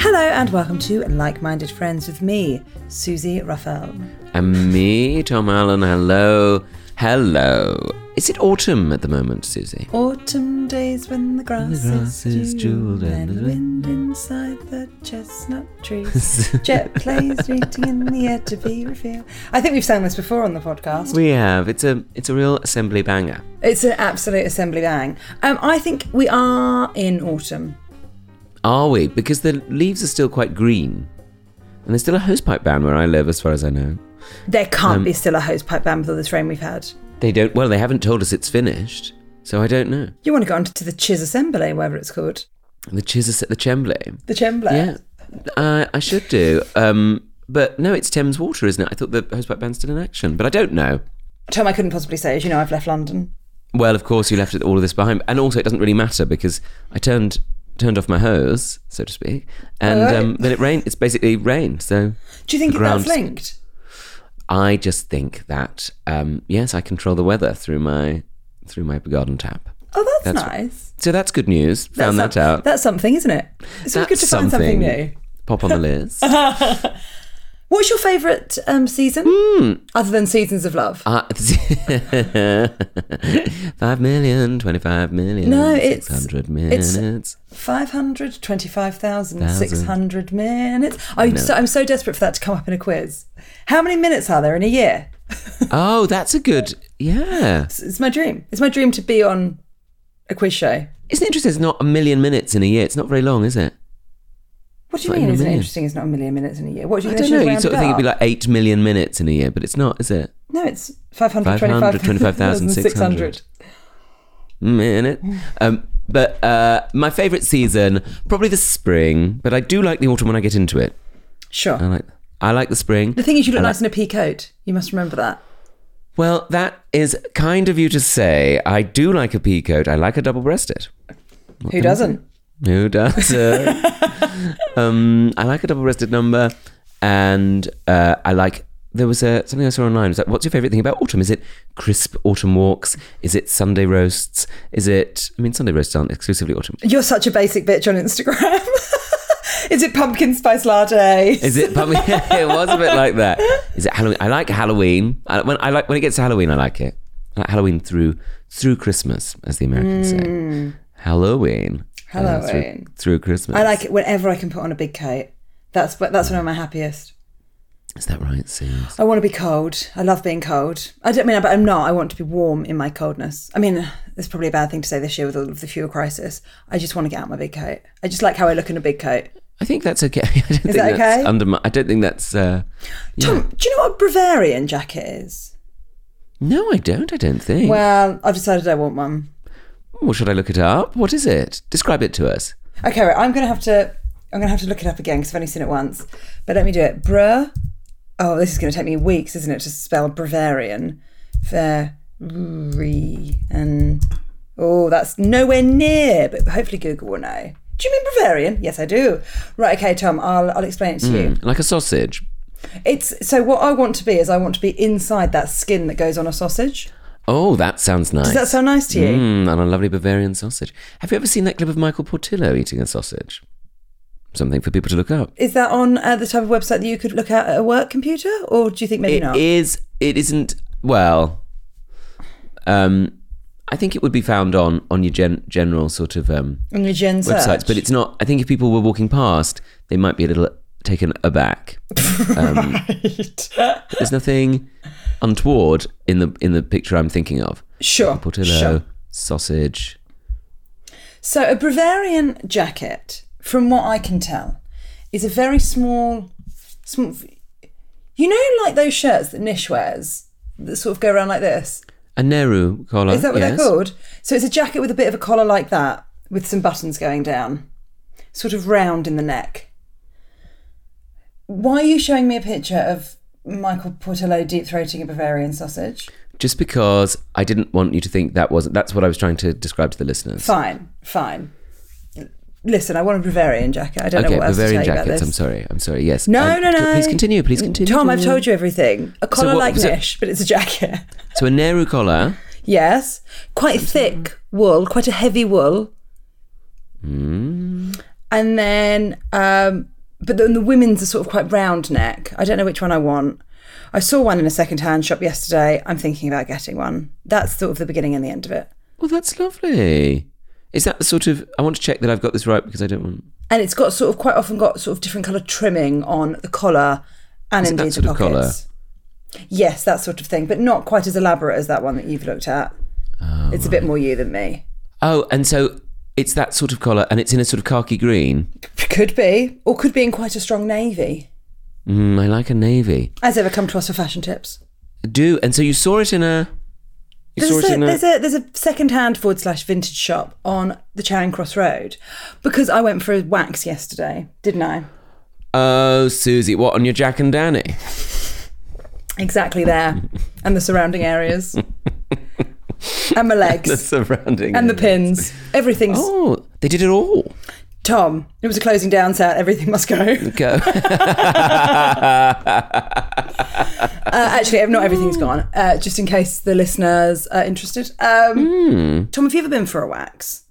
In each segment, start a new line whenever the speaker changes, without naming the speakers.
Hello and welcome to Like Minded Friends with me, Susie Raphael.
And me, Tom Allen. Hello. Hello. Is it autumn at the moment, Susie?
Autumn days when the grass,
The grass
is
is
jeweled
jewelled
and the wind inside the chestnut trees. Jet planes waiting in the air to be revealed. I think we've sang this before on the podcast.
We have. It's a it's a real assembly banger.
It's an absolute assembly bang. Um, I think we are in autumn.
Are we? Because the leaves are still quite green. And there's still a hosepipe ban where I live, as far as I know.
There
Um,
can't be still a hosepipe ban with all this rain we've had.
They don't well, they haven't told us it's finished, so I don't know.
You want to go on to the Chis Assembly, whatever it's called.
The Chisus at the Chemblay.
The Chemblay.
Yeah. I I should do. Um but no, it's Thames Water, isn't it? I thought the hosepipe ban's still in action, but I don't know.
Tom, I couldn't possibly say, as you know, I've left London.
Well, of course, you left all of this behind, and also it doesn't really matter because I turned turned off my hose, so to speak, and
Alright.
um, then it rained. It's basically rained. So
Do you think
The
that's
ground's-
linked?
I just think that um, yes, I control the weather through my through my garden tap.
Oh, that's,
That's what-
nice.
So that's good news. Found
that's
that
some-
out.
That's something, isn't it? It's always good to
That's
find something new.
Pop on the list.
What's your favourite um, season?
Hmm.
Other than Seasons of Love?
Uh, Five million, twenty-five million,
No, it's-
600
it's-
minutes.
525,600 minutes. I'm, so, I'm so desperate for that to come up in a quiz. How many minutes are there in a year?
Oh, that's a good, yeah.
It's, it's my dream. It's my dream to be on a quiz show.
Isn't it interesting? It's not a million minutes in a year. It's not very long, is it?
What do you
Not
mean?
even
Isn't
a
it
million.
interesting? It's not a million minutes in a year. What do you
I don't know.
You
You'd sort of think it'd be like 8 million minutes in a year, but it's not, is it?
no, it's
525,600.
525,600.
Minute. Um, but uh, my favourite season, probably the spring, but I do like the autumn when I get into it.
Sure.
I like I like the spring.
The thing is, you look
I like-
nice in a pea coat. You must remember that.
Well, that is kind of you to say. I do like a pea coat. I like a double breasted.
Who doesn't?
Who doesn't? um, I like a double-breasted number, and uh, I like. There was a, something I saw online. It was like, what's your favourite thing about autumn? Is it crisp autumn walks? Is it Sunday roasts? Is it? I mean, Sunday roasts aren't exclusively autumn.
You're such a basic bitch on Instagram. Is it pumpkin spice latte?
Is it? But it was a bit like that. Is it Halloween? I like Halloween. I, when I like when it gets to Halloween, I like it. I like Halloween through through Christmas, as the Americans say. Halloween. uh,
Mm.
through-
Halloween.
through, Christmas.
I like it whenever I can put on a big coat. That's that's when I'm my happiest.
Is that right, Sue?
I want to be cold. I love being cold. I don't mean, but I'm not. I want to be warm in my coldness. I mean, it's probably a bad thing to say this year with all of the fuel crisis. I just want to get out my big coat. I just like how I look in a big coat.
I think that's okay. I don't think
that
that's
okay?
Under my, I don't think that's. Uh, yeah.
Tom, do you know what a Bavarian jacket is?
No, I don't. I don't think.
Well, I've decided I want one.
well, should I look it up? What is it? Describe it to us.
Okay, right. I'm gonna have to. I'm gonna have to look it up again because I've only seen it once. But let me do it. Bra. Oh, this is gonna take me weeks, isn't it, to spell Bavarian? Bavarian. Oh, that's nowhere near. But hopefully Google will know. Do you mean Bavarian? Yes, I do. Right. Okay, Tom. I'll I'll explain it to you.
Mm, Like a sausage.
It's so what I want to be is I want to be inside that skin that goes on a sausage.
Oh, that sounds nice.
Does that sound nice to you?
Mm, and a lovely Bavarian sausage. Have you ever seen that clip of Michael Portillo eating a sausage? Something for people to look up.
Is that on uh, the type of website that you could look at at a work computer, or do you think maybe
It
not?
is. It isn't. Well, um, I think it would be found on on your gen, general sort of um,
on your gen
websites,
search?
but it's not. I think if people were walking past, they might be a little taken aback. Um, There's nothing untoward in the in the picture I'm thinking of.
Sure.
Portillo
Sure.
sausage.
So a Bavarian jacket, from what I can tell, is a very small, small. You know, like those shirts that Nish wears that sort of go around like this.
A Nehru collar.
Is that what
yes.
they're called? So it's a jacket with a bit of a collar like that, with some buttons going down, sort of round in the neck. Why are you showing me a picture of Michael Portillo deep throating a Bavarian sausage?
Just because I didn't want you to think that wasn't. That's what I was trying to describe to the listeners.
Fine, fine. Listen, I want a Bavarian jacket. I don't
Okay,
know what else
Bavarian
to tell you about
jackets.
this.
I'm sorry. I'm sorry. Yes.
No,
Um,
no,
c-
no. Mm,
Please continue. Please continue.
Tom, I've told you everything. A collar
what-
like
so-
Nish, but it's a jacket.
So a Nehru collar.
yes. Quite thick wool,
Hmm.
quite a heavy wool. And then um, but then the women's are sort of quite round neck. I don't know which one I want. I saw one in a second-hand shop yesterday. I'm thinking about getting one. That's sort of the beginning and the end of it.
Well, Oh, that's lovely. Is that the sort of? I want to check that I've got this right because I don't want.
And it's got sort of quite often got sort of different colour trimming on the collar and
Is it that
indeed the
sort of
pockets.
collar?
Yes, that sort of thing, but not quite as elaborate as that one that you've looked at. it's a bit more you than me.
Oh, and so it's that sort of collar, and it's in a sort of khaki green.
Could be, or could be in quite a strong navy.
Mm, I like a navy.
As ever, come to us for fashion tips.
Do and so you saw it in a. You saw
There's
it
a,
in
there's
a.
a there's a second hand forward slash vintage shop on the Charing Cross Road, because I went for a wax yesterday, didn't I?
Oh, Susie, what on your Jack and Danny?
Exactly there, and the surrounding areas, and my legs,
The surrounding.
and the pins. Everything's
Oh, they did it all.
Tom. It was a closing down set. Everything must go.
Go.
Uh, actually, not everything's
Oh.
gone. Uh, just in case the listeners are interested. Um,
Hmm.
Tom, have you ever been for a wax?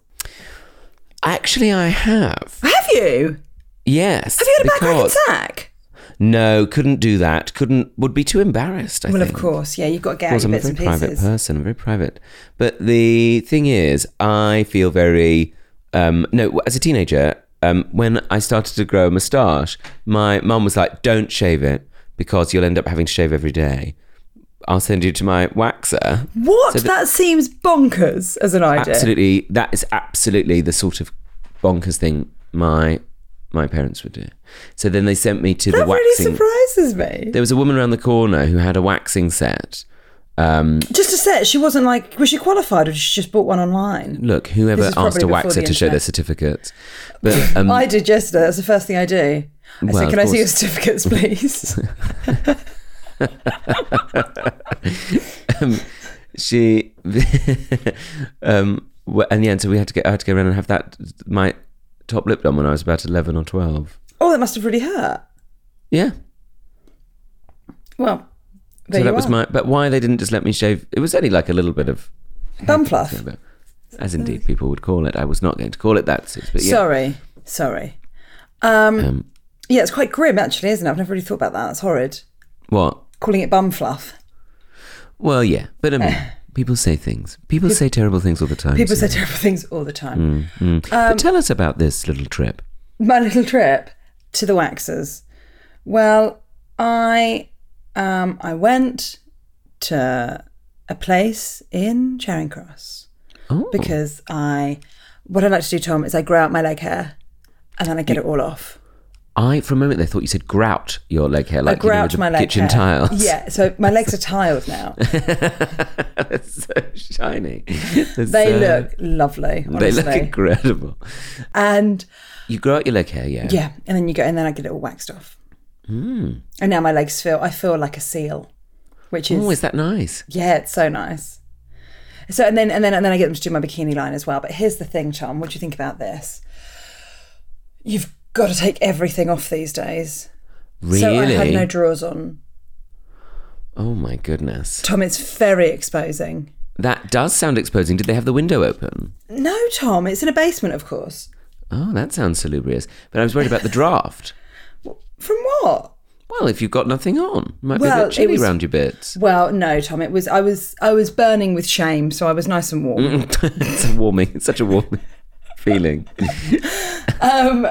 Actually, I have.
Have you?
Yes.
Have you had a back rack
because-
attack?
No, couldn't do that. Couldn't. Would be too embarrassed. I
Well,
think.
of course. Yeah, you've got to get out
course,
your
I'm a
bits
very
and
private
pieces.
person, very private. But the thing is, I feel very um, no. As a teenager, um, when I started to grow a moustache, my mum was like, "Don't shave it because you'll end up having to shave every day." I'll send you to my waxer.
What?
So the-
that seems bonkers as an idea.
Absolutely, that is absolutely the sort of bonkers thing my my parents would do. So then they sent me to the
That really
waxing.
surprises me.
there was a woman around the corner who had a waxing set.
Just a set. She wasn't like, was she qualified or she just bought one online?
Look, whoever
This is
asked a
probably before
waxer
the
to show their
internet.
certificates, but um,
I did yesterday. That's the first thing I do. I
Well,
said,
of
can I see your
course.
certificates, please?
she, um, wh- and yeah, and so we had to get, I had to go around and have that my top lip done when I was about eleven or twelve.
oh, that must have really hurt.
Yeah,
Well, there
so
you
that was
are.
my. But why they didn't just let me shave? It was only like a little bit of,
bum fluff.
but as indeed people would call it. I was not going to call it that, Sus, but yeah,
Sorry, sorry. Um,
Um,
yeah, it's quite grim, actually, isn't it? I've never really thought about that. That's horrid.
what?
Calling it bum fluff.
Well, yeah, but I mean, people say things. People say terrible things all the time.
Eh. People
Sus.
say um, terrible things all the time.
Hmm. but tell us about this little trip.
my little trip to the waxers. Well, I um I went to a place in Charing Cross
Oh,
because I what I like to do, Tom, is I grow out my leg hair and then I get it all off.
I for a moment they thought you said grout your leg hair, like
I
you know,
grout
with the
my leg
kitchen
hair.
tiles.
Yeah, so my legs are tiled now.
That's so shiny.
They look lovely,
They
honestly.
look incredible.
and
You grow out your leg hair, yeah.
yeah, and then you go and then I get it all waxed off.
Hmm.
And now my legs feel I feel like a seal, which is
Oh, is that nice?
Yeah, it's so nice. So and then and then and then I get them to do my bikini line as well. But here's the thing, Tom. What do you think about this? You've got to take everything off these days.
Really?
So I had no drawers on.
oh my goodness.
Tom, it's very exposing.
That does sound exposing. Did they have the window open?
No, Tom, it's in a basement, of course.
Oh, that sounds salubrious. But I was worried about the draft.
From what?
Well, if you've got nothing on, it might be a
Well,
bit
it
chilly
was-
round your bits.
Well, no, Tom. It was I was I was burning with shame, so I was nice and warm.
it's a warming. It's such a warming feeling.
And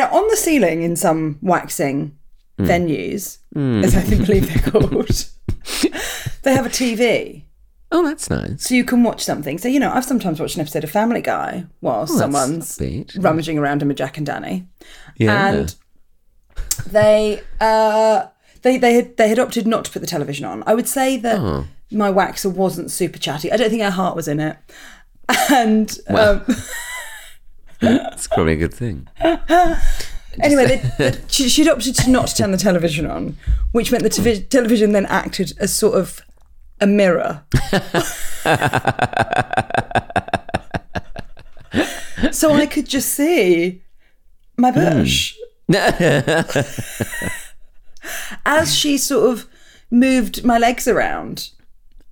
on the ceiling in some waxing
Mm.
venues, as I think believe they're called, they have a TV.
Oh, that's nice.
so you can watch something. So you know, I've sometimes watched an episode of Family Guy while
Oh, that's
someone's
upbeat.
rummaging around in a Jack and Danny,
Yeah.
and they uh, they they had they had opted not to put the television on. I would say that
Oh.
my waxer wasn't super chatty. I don't think her heart was in it, and um,
it's probably a good thing.
anyway, they, they- she, she'd opted to not turn the television on, which meant the tevi- television then acted as sort of a mirror. so I could just see my bush. As she sort of moved my legs around.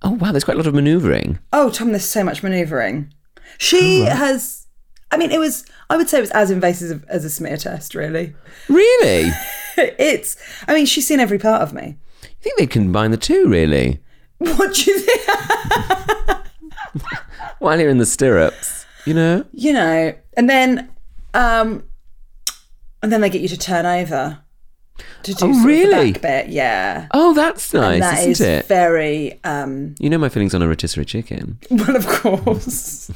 Oh wow, there's quite a lot of manoeuvring.
Oh, Tom, there's so much manoeuvring. She has I mean, it was. I would say it was as invasive as a smear test. Really,
Really? You
it's. I mean, she's seen every part of me.
think they'd combine the two, really?
What do you think?
While you're in the stirrups, you know?
You know, and then, um, and then they get you to turn over to do
Oh,
sort of the
really?
back bit. Yeah,
Oh, that's nice,
and that
isn't
is
it?
very. Um,
you know my feelings on a rotisserie chicken.
well, of course.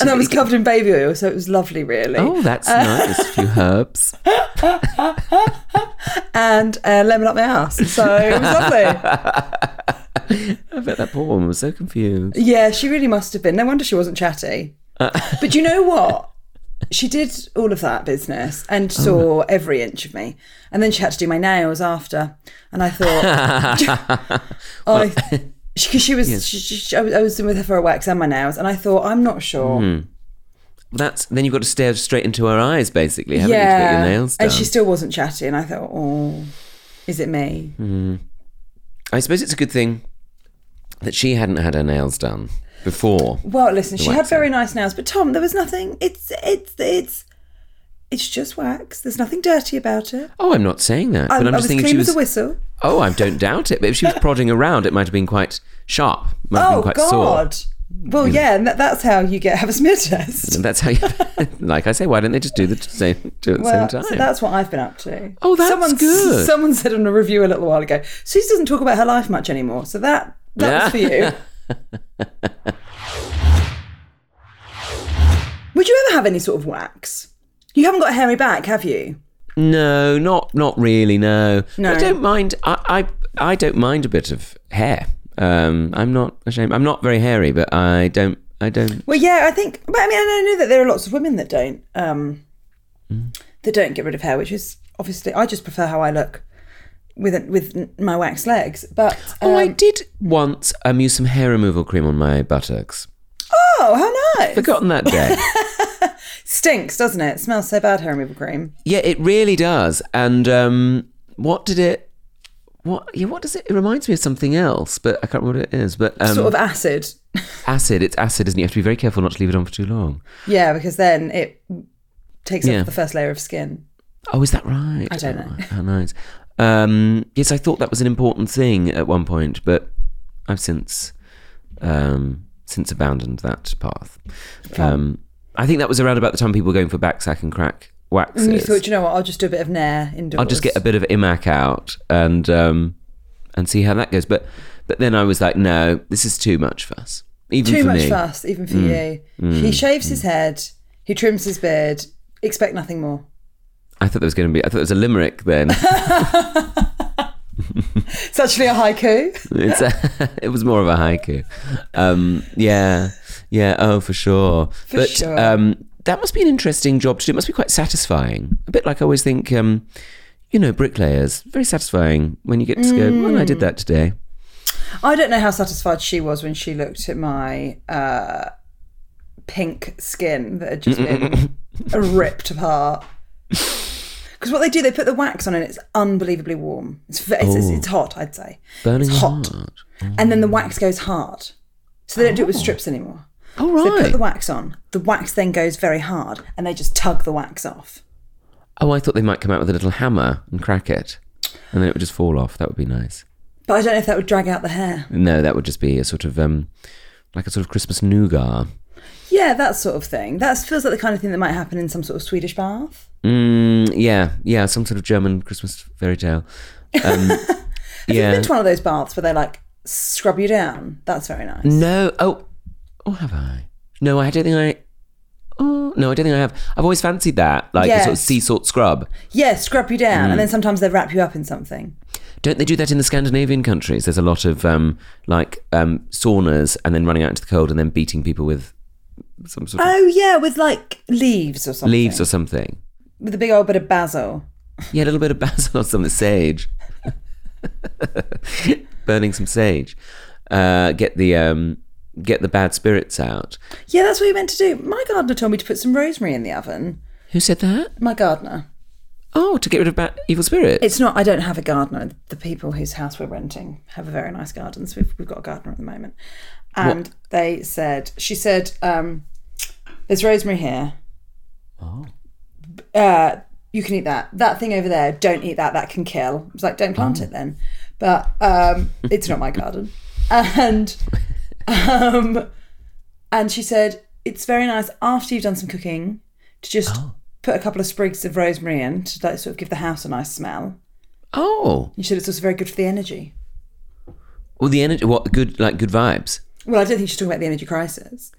and I was covered in baby oil, so it was lovely, really.
Oh, that's nice. A few herbs.
And uh, lemon up my ass, so it was lovely.
I bet that poor woman was so confused.
Yeah, she really must have been. No wonder she wasn't chatty.
Uh.
but you know what? She did all of that business
Oh,
and saw every inch of me. And then she had to do my nails after. And I thought, I, because she was, she, she- she- I was, I was with her for a wax and my nails. And I thought, I'm not sure.
Hmm, That's then you've got to stare straight into her eyes, basically, haven't you, to get your nails done?
and she still wasn't chatty. And I thought, oh, is it me?
Hmm. I suppose it's a good thing that she hadn't had her nails done before.
Well, listen, she had
waxing.
very nice nails, but Tom, there was nothing. It's it's it's it's just wax. There's nothing dirty about it.
Oh, I'm not saying that,
I,
but I'm
I
just
was
thinking
clean
if she
as
was.
a whistle.
Oh, I don't doubt it. But if she was prodding around, it might have been quite sharp. Might have been quite sore.
Oh, Well, yeah, and that, that's how you get have a smear test.
And that's how you. like I say, why don't they just do the t- same do it at the
Well,
same
so
time?
that's what I've been up to.
Oh, that's
someone,
good.
Someone said in a review a little while ago, Susie doesn't talk about her life much anymore. So that that was for you. Would you ever have any sort of wax? You haven't got a hairy back, have you?
no, not not really. No,
No.
I don't mind. I I, I don't mind a bit of hair. Um, I'm not ashamed. I'm not very hairy, but I don't. I don't.
Well, yeah, I think. But I mean, I know that there are lots of women that don't um,
Mm.
that don't get rid of hair, which is obviously. I just prefer how I look with with my wax legs. But um,
Oh, I did once um, use some hair removal cream on my buttocks.
oh, how nice!
Forgotten that day.
Stinks, doesn't it? Smells so bad. Hair removal cream.
yeah, it really does. And um, what did it? What? Yeah, what does it? It reminds me of something else, but I can't remember what it is. But um,
Sort of acid.
acid. It's acid, isn't it? You have to be very careful not to leave it on for too long.
yeah, because then it takes
Yeah.
up the first layer of skin.
Oh, is that right? I
don't know.
How nice. Um, yes, I thought that was an important thing at one point, but I've since um, since abandoned that path. Um, I think that was around about the time people were going for back sack and crack waxes.
And you thought, you know what? I'll just do a bit of nair indoors.
I'll just get a bit of imac out and um, and see how that goes. But but then I was like, no, this is too much fuss. Even
too
for
much
me.
fuss, even
Mm.
for you. he shaves his head. He trims his beard. Expect nothing more.
I thought there was going to be. I thought there was a limerick. Then
It's actually a haiku.
it's a, it was more of a haiku. Um, yeah, yeah. Oh, for sure. but
sure.
Um, that must be an interesting job to do. It must be quite satisfying. A bit like I always think. Um, you know, bricklayers. Very satisfying when you get to go. Well, I
Mm.
did that today.
I don't know how satisfied she was when she looked at my uh, pink skin that had just been ripped apart. Because what they do, they put the wax on and it's unbelievably warm. It's ve- it's, it's, it's hot, I'd say,
Burning
It's hot.
hot.
and then the wax goes hard, so they don't do it with strips anymore.
Oh
They put
right.
the wax on. The wax then goes very hard, and they just tug the wax off.
Oh, I thought they might come out with a little hammer and crack it, and then it would just fall off. That would be nice.
But I don't know if that would drag out the hair.
No, that would just be a sort of um, like a sort of Christmas nougat.
Yeah, that sort of thing. That feels like the kind of thing that might happen in some sort of Swedish bath.
Mm, yeah, yeah, some sort of German Christmas fairy tale. Um, yeah.
been to one of those baths where they like scrub you down. That's very nice.
No. Oh, or have I? No, I don't think I. Oh no, I don't think I have. I've always fancied that, like a sort of
Yes.
sea salt scrub.
Yeah, scrub you down, and then sometimes they wrap you up in something.
Don't they do that in the Scandinavian countries? There's a lot of um, like um, saunas, and then running out into the cold, and then beating people with some sort of
Oh yeah, with like leaves or something.
leaves or something.
with a big old bit of basil.
Yeah, a little bit of basil or some sage. Burning some sage. Uh, get the um, get the bad spirits out.
Yeah, that's what you're meant to do. My gardener told me to put some rosemary in the oven.
Who said that?
My gardener.
Oh, to get rid of bad evil spirits.
It's not. I don't have a gardener. The people whose house we're renting have a very nice garden, so we've, we've got a gardener at the moment. and they said she said um, there's rosemary here
Oh.
uh, you can eat that that thing over there don't eat that that can kill i was like don't plant
Mm.
it then but um, it's not my garden and um, and she said it's very nice after you've done some cooking to just
Oh.
put a couple of sprigs of rosemary in to like sort of give the house a nice smell
Oh.
you said it's also very good for the energy
Well, the energy. What good? Like good vibes.
well i don't think she's talking about the energy crisis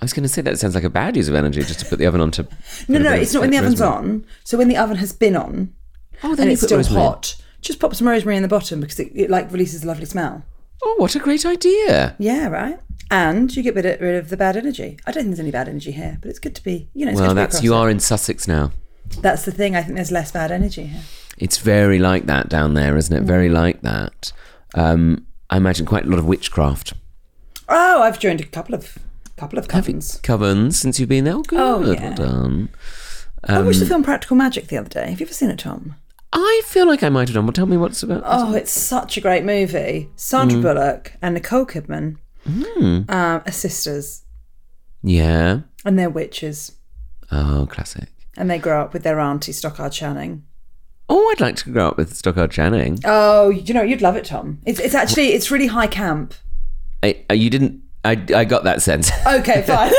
I was going to say that sounds like a bad use of energy just to put the oven on to.
No, no, it's not when the oven's on. So when the oven has been on
Oh,
and
then you
it's
put
still
rosemary in.
hot, just pop some rosemary in the bottom because it, it like releases a lovely smell.
Oh, what a great idea!
Yeah, right. And you get rid of, rid of the bad energy. I don't think there's any bad energy here, but it's good to be, you know, it's good
well,
to be
that's
across
you
it.
are in Sussex now.
That's the thing. I think there's less bad energy here.
It's very like that down there, isn't it? Very like that. Um, I imagine quite a lot of witchcraft.
Oh, I've joined a couple of couple of covens.
Covens, since you've been there, oh, good,
Oh, yeah.
well done.
I watched
Um,
the film Practical Magic the other day. Have you ever seen it, Tom?
I feel like I might have done. Well, tell me what's Mm. about.
Oh, it's such a great movie. Sandra Bullock and Nicole Kidman
Hmm.
um, are sisters,
Yeah.
and they're witches.
Oh, classic.
And they grow up with their auntie Stockard Channing.
Oh, I'd like to grow up with Stockard Channing.
Oh, you know, you'd love it, Tom. It's, it's actually it's really high camp.
I, I, you didn't. I, I got that sense.
Okay, fine.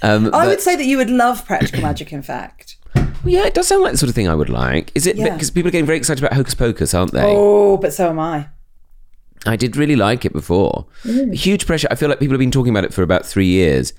Um,
I
but-
would say that you would love Practical Magic. In fact,
Well, yeah, it does sound like the sort of thing I would like. Is it
Oh. Yeah.
because people are getting very excited about Hocus Pocus, aren't they?
oh, but so am I.
I did really like it before.
Mm.
Huge pressure. I feel like people have been talking about it for about three years,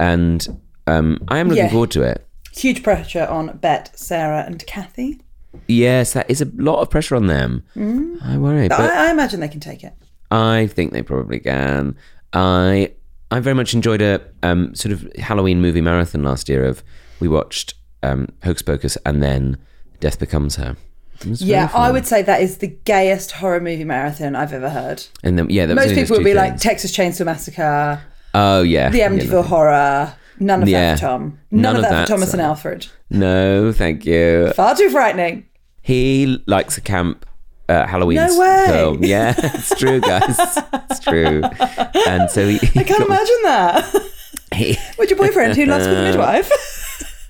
and um, I am looking
Yeah.
forward to it.
Huge pressure on Bet, Sarah, and Kathy.
Yes, that is a lot of pressure on them.
Mm.
I worry, but
I, I imagine they can take it.
I think they probably can. I I very much enjoyed a um, sort of Halloween movie marathon last year. Of we watched um, Hocus Pocus and then Death Becomes Her. It was very
Yeah,
fun.
I would say that is the gayest horror movie marathon I've ever heard.
and then yeah, that was
Most
only those
people would
two
be like
things.
Texas Chainsaw Massacre,
oh yeah,
The
Yeah,
Amityville
no.
Horror. None of
Yeah.
that for Tom.
None
None, of
of
that,
that,
for Thomas
so-
and Alfred.
No, thank you.
Far too frightening.
He likes a camp uh, Halloween
No
s-
way.
film. Yeah, it's true, guys. It's true. And so he, he
I can't
got-
imagine that.
he-
With your boyfriend who loves with the midwife.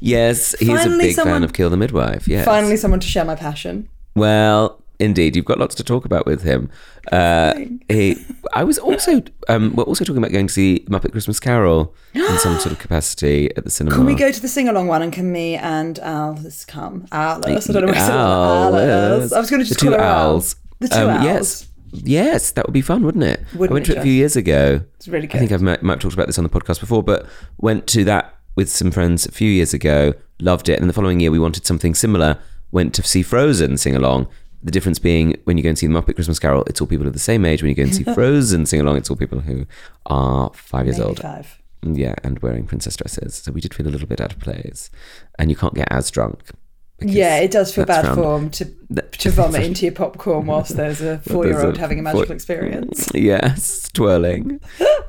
yes, he's a
Finally
big fan
someone-
of Kill the Midwife. Yes.
Finally, someone to share my passion.
Well, indeed, you've got lots to talk about with him. Uh, he, I was also, um, we're also talking about going to see Muppet Christmas Carol in some sort of capacity at the cinema.
Can we go to the sing along one and can me and Alice come? Alice. I don't know where I said
Owls.
Alice. I was going to just
the two
call her
owls.
Al. The two
Um,
owls.
Yes. Yes, that would be fun, wouldn't it?
Wouldn't
I went
it
to it a few years ago.
It's really good.
I think I might, might have talked about this on the podcast before, but went to that with some friends a few years ago, loved it. And the following year, we wanted something similar, went to see Frozen sing along. The difference being when you go and see the Muppet Christmas Carol, it's all people of the same age. When you go and see Frozen sing along, it's all people who are five years
Maybe
old.
Five.
Yeah, and wearing princess dresses. So we did feel a little bit out of place. And you can't get as drunk. because
Yeah, it does feel
that's
bad
round.
form to
That-
to vomit into your popcorn whilst there's a four year old
a
having a
four-
magical experience.
Yes, twirling.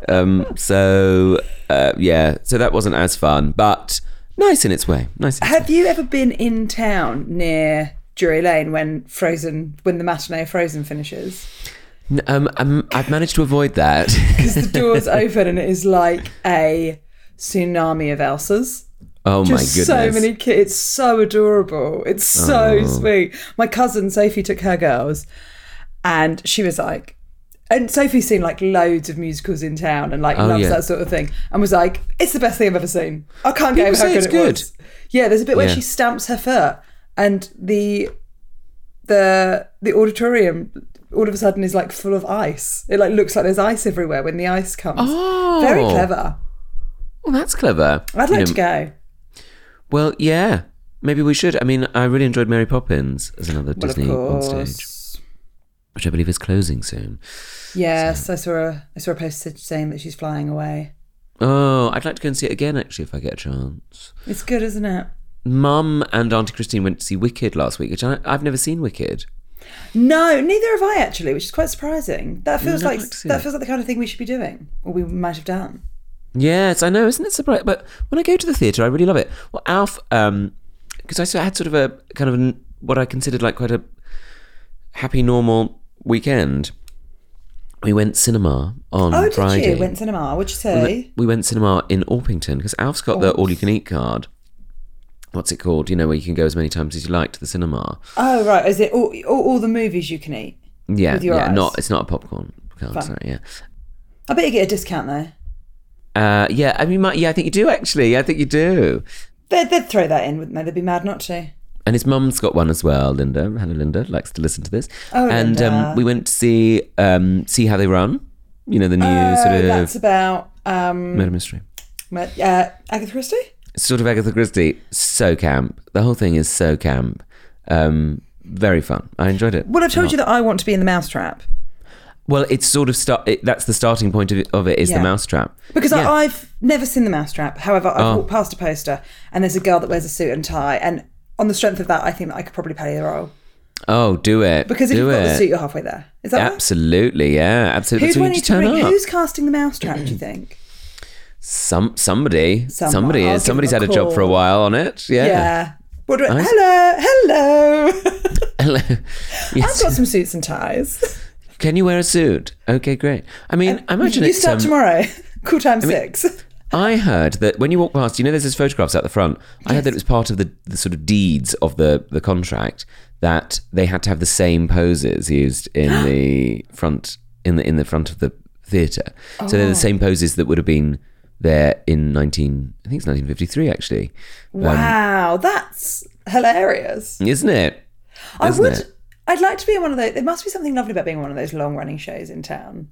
um, so uh, yeah, so that wasn't as fun, but nice in its way. Nice. In its
Have you ever been in town near Drury Lane when Frozen, when the matinee of Frozen finishes?
way. Um, um, I've managed to avoid that.
Because the doors open and it is like a tsunami of Elsa's.
oh my
Just
goodness. Oh.
so many kids. It's so adorable. It's so sweet. My cousin Sophie took her girls, and she was like, and Sophie's seen like loads of musicals in town and like loves
Oh, yeah.
that sort of thing, and was like, it's the best thing I've ever seen. I can't get
People
over how
say
good
it's
it
good.
was. Yeah, there's a bit where
Yeah.
she stamps her foot, and the the the auditorium all of a sudden is like full of ice. It like looks like there's ice everywhere when the ice comes.
Oh,
Very clever.
Well, that's clever.
I'd
You
like
know,
to go.
Well, yeah, maybe we should. I mean, I really enjoyed Mary Poppins as another
Well, of
Disney on
course.
stage, which I believe is closing soon.
Yes, I saw a I saw a post saying that she's flying away.
Oh, I'd like to go and see it again actually if I get a chance.
It's good, isn't it?
Mum and Auntie Christine went to see Wicked last week, which I, I've never seen Wicked.
No, neither have I actually, which is quite surprising. That feels
I'd
like
like to see
that
it.
feels like the kind of thing we should be doing, or we might have done.
Yes, I know, isn't it surprising? But when I go to the theatre, I really love it. Well, Alf, um, because I sort of had sort of a kind of an, what I considered like quite a happy, normal weekend. We went cinema on
Oh, did
Friday.
you? Went cinema, would you say?
Well, th- we went cinema in Orpington because Alf's got
Oh.
the all you can eat card. What's it called? You know, where you can go as many times as you like to the cinema.
oh, right. Is it all, all, all the movies you can eat?
Yeah,
With your
yeah.
eyes.
Not it's not a popcorn card.
Fine.
Sorry, yeah.
I bet you get a discount though.
Uh, yeah, I mean, my, yeah, I think you do actually. I think you do.
They'd, they'd throw that in, wouldn't they? They'd be mad not to.
And his mum's got one as well, Linda. Hello, Linda. Likes to listen to this.
Oh,
and
Linda.
Um, we went to see um, see how they run. You know, the new
Oh,
sort of
that's about um,
murder mystery.
ma- uh, Agatha Christie.
It's sort of Agatha Christie. So camp. The whole thing is so camp. Um, very fun. I enjoyed it.
Well, I've told you that I want to be in the mousetrap
Well, it's sort of start. It, that's the starting point of it, of it is
Yeah.
the mousetrap.
because
Yeah.
I, I've never seen the mousetrap. However, I've
Oh.
walked past a poster and there's a girl that wears a suit and tie, and on the strength of that, I think that I could probably play the role
Oh, do it.
because if
do
you've got the
it.
suit, you're halfway there. Is that right?
Absolutely, yeah, absolutely.
Who's
So you
we need
just
to
turn
bring?
up.
Who's casting the mousetrap? Do you think?
Some somebody,
Someone.
somebody
I'll
is.
give
Somebody's
them
had
a
a job
call.
for a while on it. Yeah.
Yeah. What do I, hello, hello.
Hello.
I've
yes.
got some suits and ties.
Can you wear a suit? Okay, great. I mean, I imagine
you
it's.
start
um,
tomorrow. Cool time six.
I heard that when you walk past, you know, there's those photographs out the front. I heard that it was part of the, the sort of deeds of the the contract that they had to have the same poses used in the front in the in the front of the theatre. So
Oh.
they're the same poses that would have been there in 19 I think it's 1953 actually.
Wow, that's hilarious.
Isn't it?
I
isn't
would.
it?
I'd like to be in one of those. There must be something lovely about being one of those long-running shows in town.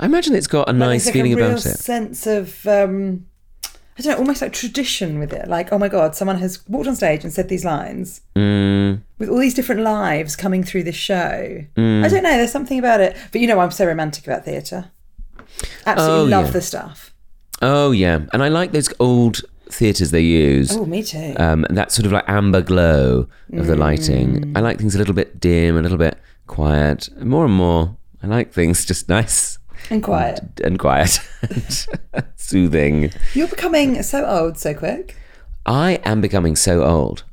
I imagine it's got a nice
There's like
feeling
a real
about it.
Sense of um, I don't know, almost like tradition with it. Like, oh my god, someone has walked on stage and said these lines
Mm.
with all these different lives coming through this show.
Mm.
I don't know. There's something about it. But you know, I'm so romantic about theatre. Absolutely
Oh,
love
yeah.
the stuff.
Oh yeah, and I like those old theatres they use.
Oh, me too.
um, and that sort of like amber glow of the lighting.
Mm.
I like things a little bit dim, a little bit quiet. More and more, I like things just nice
and quiet.
and quiet, and soothing.
You're becoming so old so quick.
I am becoming so old,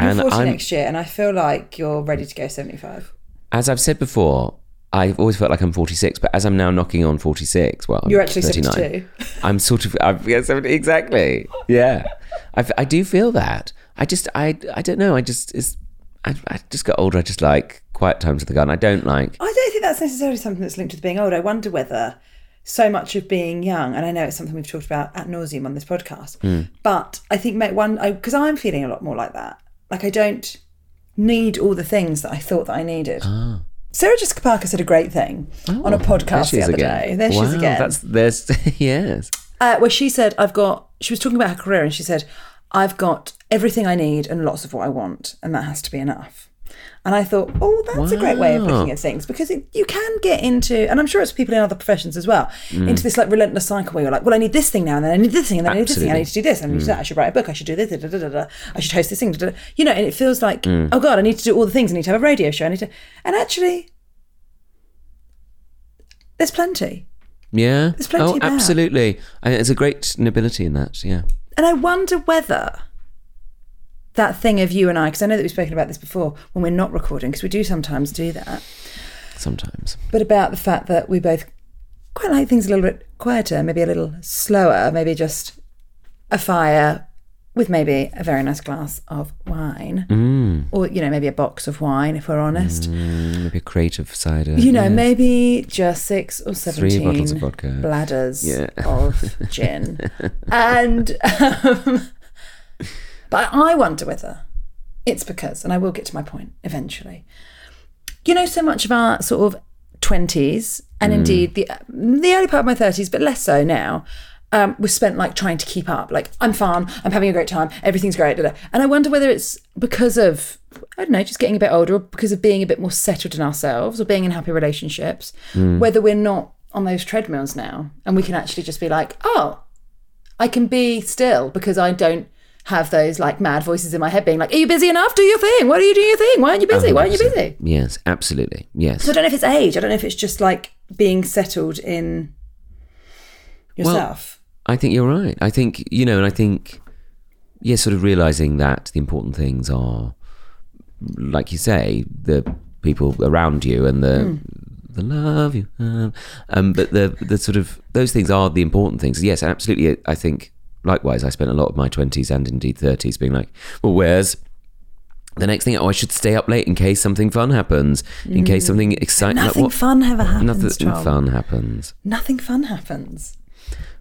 You're
and
40
I'm
next year, and I feel like you're ready to go 75.
as I've said before. I've always felt like I'm 46, but as I'm now knocking on 46, well, I'm
You're actually
39.
72.
I'm sort of I'm, yeah, 70 exactly. Yeah, I, f- I do feel that. I just I I don't know. I just it's I, I just got older. I just like quiet times with the garden. I don't like.
I don't think that's necessarily something that's linked with being old. I wonder whether so much of being young, and I know it's something we've talked about at nauseum on this podcast,
Hmm.
but I think make one because I'm feeling a lot more like that. Like I don't need all the things that I thought that I needed. Sarah Jessica Parker said a great thing on a
Ah. Oh,
podcast
there
the
she is
other
again.
day. There she
wow,
is again.
That's there's yes.
uh, where she said, I've got, she was talking about her career and she said, I've got everything I need and lots of what I want, and that has to be enough. And I thought, oh, that's a great way of
Wow.
looking at things because it, you can get into, and I'm sure it's people in other professions as well, into this like relentless cycle where you're like, well, I need this thing now, and then I need this thing, and then I need this thing, I need to do this, and I need to do that. I should write a book, I should do this, da, da, da, da, da. I should host this thing, da, da, da. you know. And it feels like, oh god, I need to do all the things. I need to have a radio show. I need to, and actually, there's plenty.
Yeah.
There's plenty
oh,
about.
absolutely. I, there's a great nobility in that. Yeah.
And I wonder whether that thing of you and I, because I know that we've spoken about this before when we're not recording, because we do sometimes do that,
Sometimes.
but about the fact that we both quite like things a little bit quieter, maybe a little slower, maybe just a fire with maybe a very nice glass of wine, or, you know, maybe a box of wine if we're honest.
Maybe a creative cider.
You know,
yeah.
maybe just six or
Three
seventeen
bottles of vodka.
bladders
Yeah.
of gin, and um, but I wonder whether it's because, and I will get to my point eventually. You know, so much of our sort of twenties, and indeed the the early part of my thirties, but less so now. Um, was spent like trying to keep up. Like I'm fun, I'm having a great time, everything's great. da, da. And I wonder whether it's because of I don't know, just getting a bit older, or because of being a bit more settled in ourselves, or being in happy relationships, whether we're not on those treadmills now, and we can actually just be like, oh, I can be still because I don't have those like mad voices in my head being like, are you busy enough? Do your thing. Why do you do your thing? Why aren't you busy? Why aren't you busy?
Yes. Absolutely. Yes.
So I don't know if it's age. I don't know if it's just like being settled in yourself.
I think you're right. I think you know, and I think yeah, sort of realizing that the important things
Hmm.
are, like you say, the people around you and the the love you have. Um, but the the sort of those things are the important things. Yes, absolutely. I think likewise. I spent a lot of my twenties and indeed thirties being like, well, where's the next thing? Oh, I should stay up late in case something fun happens. In case something exciting.
Mm-hmm. Nothing
like, what?
fun ever happens.
Nothing
Charles.
fun happens.
Nothing fun happens.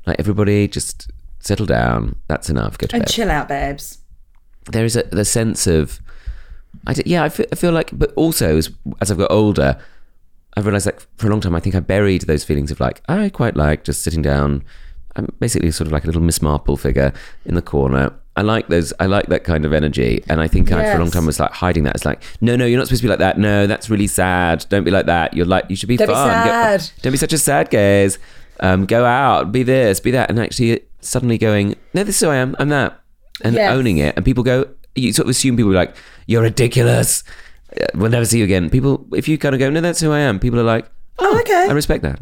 Like everybody, just settle down. That's enough. Go to
And
bed.
chill out, babes.
there is a the sense of I d- yeah I feel, I feel like but also as, as I've got older I've realised like for a long time I think I buried those feelings of like I quite like just sitting down I'm basically sort of like a little Miss Marple figure in the corner I like those I like that kind of energy and I think I for a long
Yes.
time was like hiding that it's like no no you're not supposed to be like that no that's really sad don't be like that you're like you should be
Don't be
fun Get-
sad.
don't be such a sad gaze um, go out be this be that and actually suddenly going no this is who I am I'm that and
Yes.
owning it. And people go, you sort of assume people are like, you're ridiculous. Uh, We'll never see you again. People, if you kind of go, no, that's who I am. People are like, oh,
Oh, okay.
I respect that.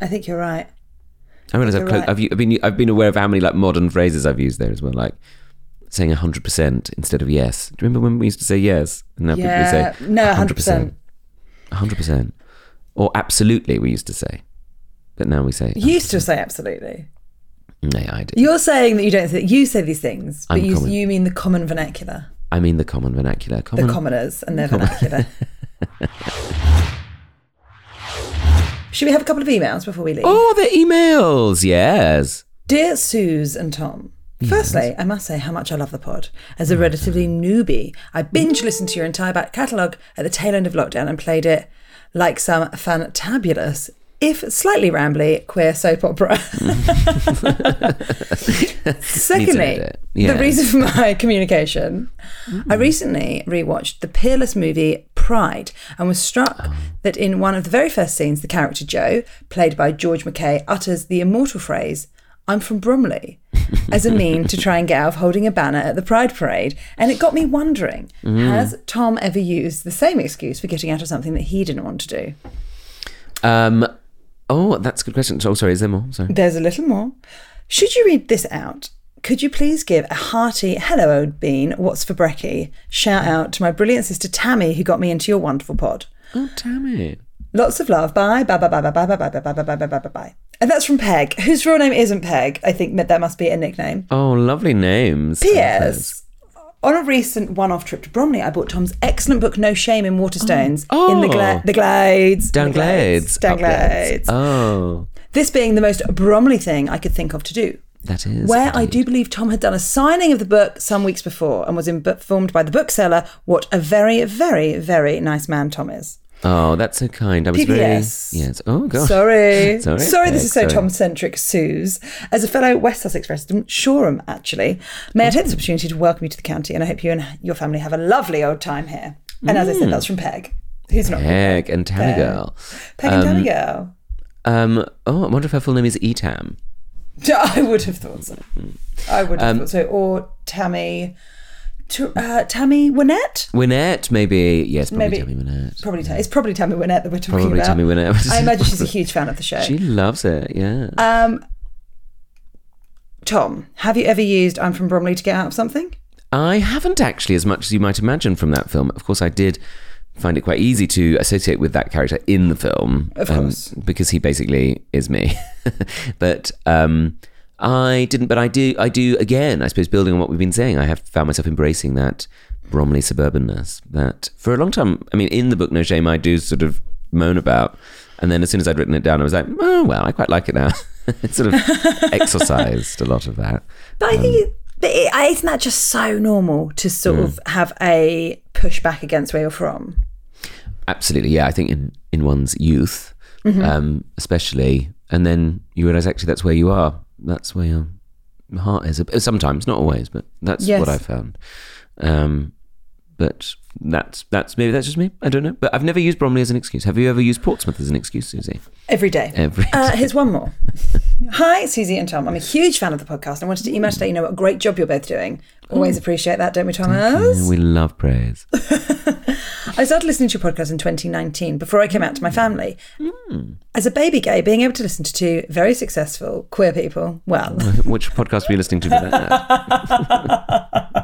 I think you're right.
I realize I've,
You're
clo-
right.
I've, u- I've been I've been aware of how many like modern phrases I've used there as well, like saying hundred percent instead of yes. Do you remember when we used to say yes? And now
Yeah.
people say
No,
100%. hundred percent, or absolutely. We used to say, but now we say
You used to say absolutely.
no. I do.
You're saying that you don't think you say these things, but
I'm
you,
common.
you mean the common vernacular,
I mean the common vernacular.
the
Common.
commoners and their vernacular. Should we have a couple of emails before we leave?
oh, the emails. Yes.
Dear Suze and Tom, firstly, I must say how much I love the pod. As a relatively newbie, I binge listened to your entire back catalogue at the tail end of lockdown and played it like some fantabulous, if slightly rambly, queer soap opera. Secondly,
it. Yeah.
the reason for my communication. I recently rewatched the Peerless movie Pride and was struck that in one of the very first scenes, the character Joe, played by George McKay, utters the immortal phrase, I'm from Bromley, as a mean to try and get out of holding a banner at the Pride Parade. And it got me wondering has Tom ever used the same excuse for getting out of something that he didn't want to do?
Um, oh, that's a good question. Oh, sorry, is there more? Sorry.
There's a little more. Should you read this out? Could you please give a hearty hello, old bean? What's for brekkie? Shout out to my brilliant sister Tammy, who got me into your wonderful pod.
Oh, damn it.
Lots of love. Bye. Bye. Bye. Bye. Bye. Bye. Bye. Bye. Bye. Bye. Bye. Bye. Bye. Bye. Bye. Bye. And that's from Peg, whose real name isn't Peg. I think that that must be a nickname.
Oh, lovely names.
P.S. On a recent one-off trip to Bromley, I bought Tom's excellent book "No Shame in Waterstones"
Oh.
in the, gla- the Glades,
Down
The Glades,
Glades.
down
up
Glades.
Glades. Oh,
This being the most Bromley thing I could think of to do.
that is.
Where I do believe Tom had done a signing of the book some weeks before and was informed by the bookseller what a very, very, very nice man Tom is.
Oh, that's so kind. I was
PPS.
very. Yes. Oh, gosh.
Sorry.
Sorry,
this is so
Peg, sorry.
Tom centric, Suze. As a fellow West Sussex resident, Shoreham actually, may I take this opportunity to welcome you to the county and I hope you and your family have a lovely old time here. And as I
Mm.
said, that's from Peg. Who's not?
Peg and Tammy Girl.
Peg and Danny Girl.
Um, oh, I wonder if her full name is Etam.
I would have thought so. I would
Um,
have thought so. Or Tammy. T- uh, Tammy Wynette?
Winnett, maybe. Yes, probably
Maybe.
Tammy Winnett.
Probably, Ta- it's probably Tammy Wynette that we're talking
Probably
about.
Tammy Winnett.
I imagine she's a huge fan of the show.
She loves it, yeah.
Um, Tom, have you ever used "I'm from Bromley" to get out of something?
I haven't actually, as much as you might imagine from that film. Of course, I did find it quite easy to associate with that character in the film,
Of
um,
course.
because he basically is me. but um, I didn't. But I do. I do again. I suppose building on what we've been saying, I have found myself embracing that Bromley suburbanness that for a long time. I mean, in the book No Shame, I do sort of moan about. And then, as soon as I'd written it down, I was like, "Oh well, I quite like it now." it sort of exorcised a lot of that.
But I think, it, but it, I- isn't that just so normal to sort of have a pushback against where you're from?
absolutely yeah i think in in one's youth
Mm-hmm.
um especially and then you realize actually that's where you are that's where your heart is Uh, sometimes not always but that's
Yes.
what i found um but that's that's maybe that's just me i don't know but i've never used bromley as an excuse have you ever used portsmouth as an excuse susie
Every day.
every
Uh, here's one more. Hi, Susie and Tom. I'm a huge fan of the podcast. I wanted to email to let you know what a great job you're both doing. Always appreciate that, don't we, Thomas?
we love praise
I started listening to your podcast in 2019 before I came out to my family. As a baby gay, being able to listen to two very successful queer people, well,
which podcast were you listening to for that?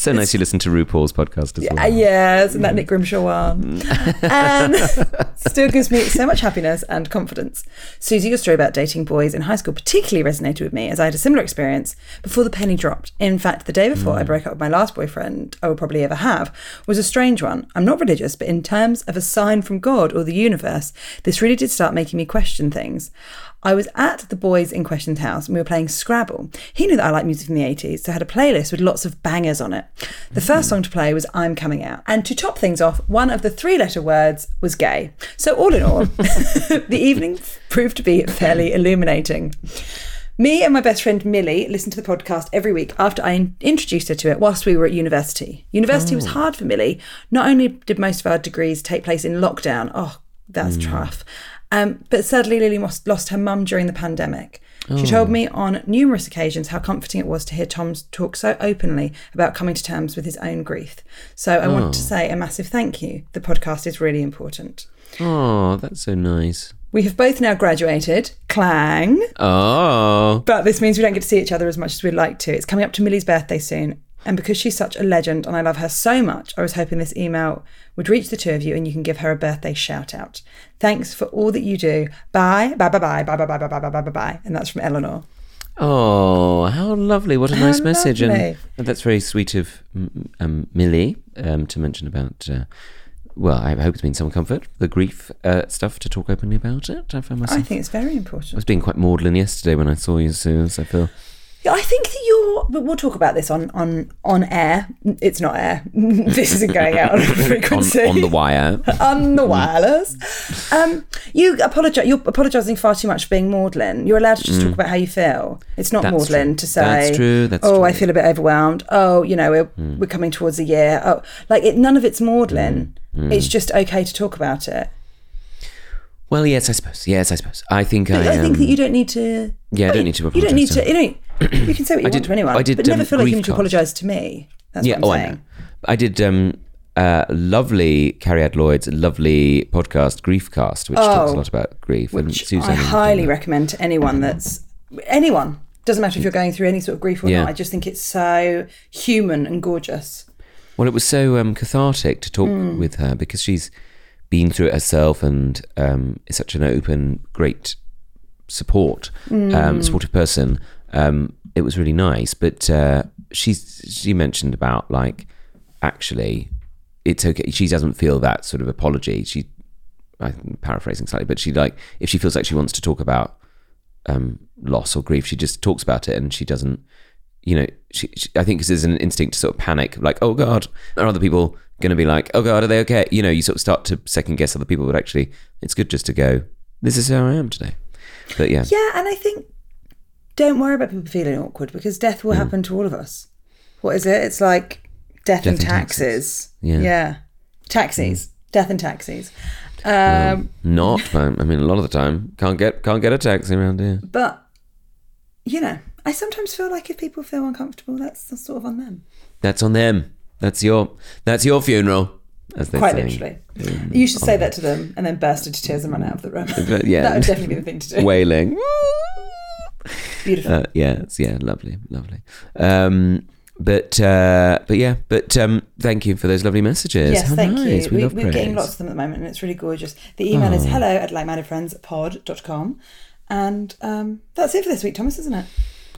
So nice you listen to RuPaul's podcast as
Uh,
well.
yeah, isn't that Nick Grimshaw one? and still gives me so much happiness and confidence. Susie, your story about dating boys in high school particularly resonated with me as I had a similar experience before the penny dropped. In fact, the day before I broke up with my last boyfriend I will probably ever have was a strange one. I'm not religious, but in terms of a sign from God or the universe, this really did start making me question things. I was at the boys in question's house and we were playing Scrabble. He knew that I liked music from the 80s, so I had a playlist with lots of bangers on it. The first song to play was I'm Coming Out. And to top things off, one of the three letter words was gay. So, all in all, the evening proved to be fairly illuminating. Me and my best friend Millie listened to the podcast every week after I in- introduced her to it whilst we were at university. University was hard for Millie. Not only did most of our degrees take place in lockdown, oh, that's tough. Um, but sadly, Lily mos- lost her mum during the pandemic. She told me on numerous occasions how comforting it was to hear Tom talk so openly about coming to terms with his own grief. So I want to say a massive thank you. The podcast is really important.
Oh, that's so nice.
We have both now graduated. Clang.
Oh,
But this means we don't get to see each other as much as we'd like to. It's coming up to Millie's birthday soon. And because she's such a legend and I love her so much, I was hoping this email would reach the two of you and you can give her a birthday shout out. Thanks for all that you do. Bye, bye, bye, bye, bye, bye, bye, bye, bye, bye, bye, bye, bye. And that's from Eleanor.
oh, how lovely! What a nice message, and,
lovely.
and that's very sweet of mm, um, Millie um, to mention about. Uh, well, I hope it's been some comfort. The grief uh, stuff to talk openly about it. I found myself.
I
I,
think it's very important.
was being quite maudlin yesterday when I saw you, Suze. I feel.
Yeah, I think that you're. But we'll talk about this on on on air. It's not air. this isn't going out on
on,
frequency.
on the wire.
on the wireless. Um, you apologize. You're apologising far too much for being maudlin. You're allowed to just talk about how you feel. It's not
Mm. That's
maudlin
true.
to say.
That's true, that's
oh,
true. Mm.
I feel a bit overwhelmed. Oh, you know, we're, we're coming towards a year. Oh, like it, none of it's maudlin.
Mm.
It's just okay to talk about it.
Well, yes, I suppose. Yes, I suppose. I think I.
I,
Um,
think that you don't need to.
Yeah, I
well,
don't need to
You don't need
apologise
to. You, don't, you can say what you want
did-
to anyone.
I did,
but never
um,
feel like you
grief
need to
cards.
apologise to me. That's
yeah, oh,
what I'm
I
saying.
know. I did um, uh, lovely Carrie Ad Lloyd's lovely podcast, Griefcast, which talks a
Oh.
lot about grief. and
which
Susan
I
and- Mm-hmm.
highly recommend to anyone that's anyone. Doesn't matter if you're going through any sort of grief or
Yeah.
not. I just think it's so human and gorgeous.
Well, it was so um, cathartic to talk with her because she's been through it herself and um, is such an open, great support, um, supportive person. Um, it was really nice, but uh, she she mentioned about like actually, it's okay. She doesn't feel that sort of apology. She, I'm paraphrasing slightly, but she like if she feels like she wants to talk about um, loss or grief, she just talks about it and she doesn't you know, she, she, I think 'cause there's an instinct to sort of panic, like, oh God, are other people going to be like, oh God, are they okay? You know, you sort of start to second guess other people, but actually, it's good just to go, this is how I am today. But yeah,
Yeah, and I think don't worry about people feeling awkward because death
Mm.
will happen to all of us. What is it? It's like death, and
and
taxes.
taxes. Yeah. Mm.
Taxis. Death and taxis. Um,
not, but, I mean, a lot of the time, can't get can't get a taxi around here.
but you know, I sometimes feel like if people feel uncomfortable, that's, that's sort of on them.
That's on them. That's your that's your funeral, as they
Quite
say. Um,
literally. You should say that to them and then burst into tears and run out of the room.
Mm, But yeah.
that would definitely be the thing to do.
Wailing.
Beautiful.
uh, yeah, it's- yeah, lovely, lovely. Um, but uh, but yeah, but um, thank you for those lovely messages.
yes,
How
thank
nice.
you.
We
We,
love Oh.
we're getting
praise.
lots of them at the moment and it's really gorgeous. The email is hello at likeminderfriendspod.com. And um, that's it for this week, Thomas, isn't it?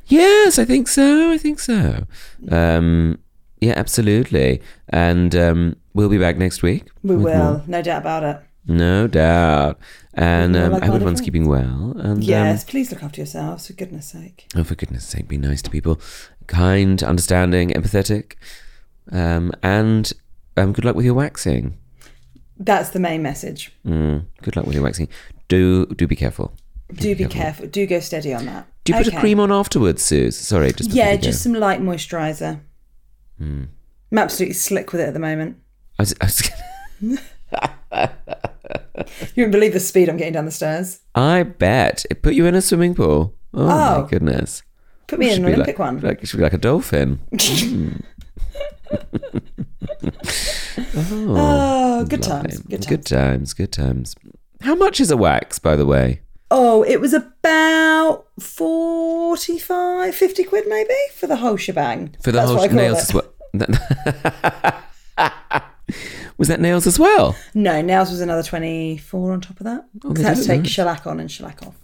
Yes, I think so. I think so. Um, yeah, absolutely. And um, we'll be back next week.
We
with
will,
more.
no doubt about it.
No doubt. And
With more
um,
like
I hope everyone's
minded
keeping well. And
Yes, please look after yourselves, for goodness sake.
um, oh, for goodness sake, be nice to people. Kind, understanding, empathetic. Um, and um, good luck with your waxing.
That's the main message.
Mm, good luck with your waxing. Do do be careful.
Do be careful. Do go steady on that.
Do you put
Okay.
a cream on afterwards, Suze? Sorry, just before
Yeah,
you go.
just some light moisturiser.
Hmm.
I'm absolutely slick with it at the moment.
I was, I was-
You wouldn't believe the speed I'm getting down the stairs.
I bet it put you in a swimming pool. Oh,
Oh.
my goodness.
Put me in
Should
an
be
Olympic
like,
one.
Like, it should be like a dolphin.
oh, good
Lovely.
times. Good times.
Good times. Good times. How much is a wax, by the way?
Oh, it was about 45, 50 quid maybe for the whole shebang.
For the
That's
whole
what I
sh-
call
nails
it.
as well. That- was that nails as well?
No, nails was another 24 on top of that.
Oh,
Because
they
I had to
did,
take
nice.
shellac on and shellac off.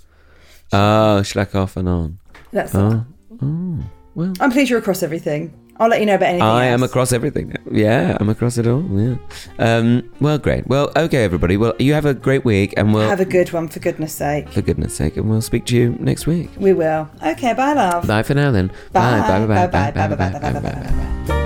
Oh, shellac off and on.
That's
Oh, oh well.
I'm pleased you're across everything. I'll let you know about anything
I
else.
am across everything. now. Yeah, I'm across it all. Yeah. Um, well, great. Well, okay, everybody. Well, you have a great week, and we'll
Have a good one, for goodness sake.
for goodness sake, and we'll speak to you next week.
We will. Okay, bye, love.
Bye for now, then.
Bye.
Bye. Bye. Bye. Bye. Bye. Bye. Bye. Bye.
bye,
Bye.
bye, bye, bye, bye, bye.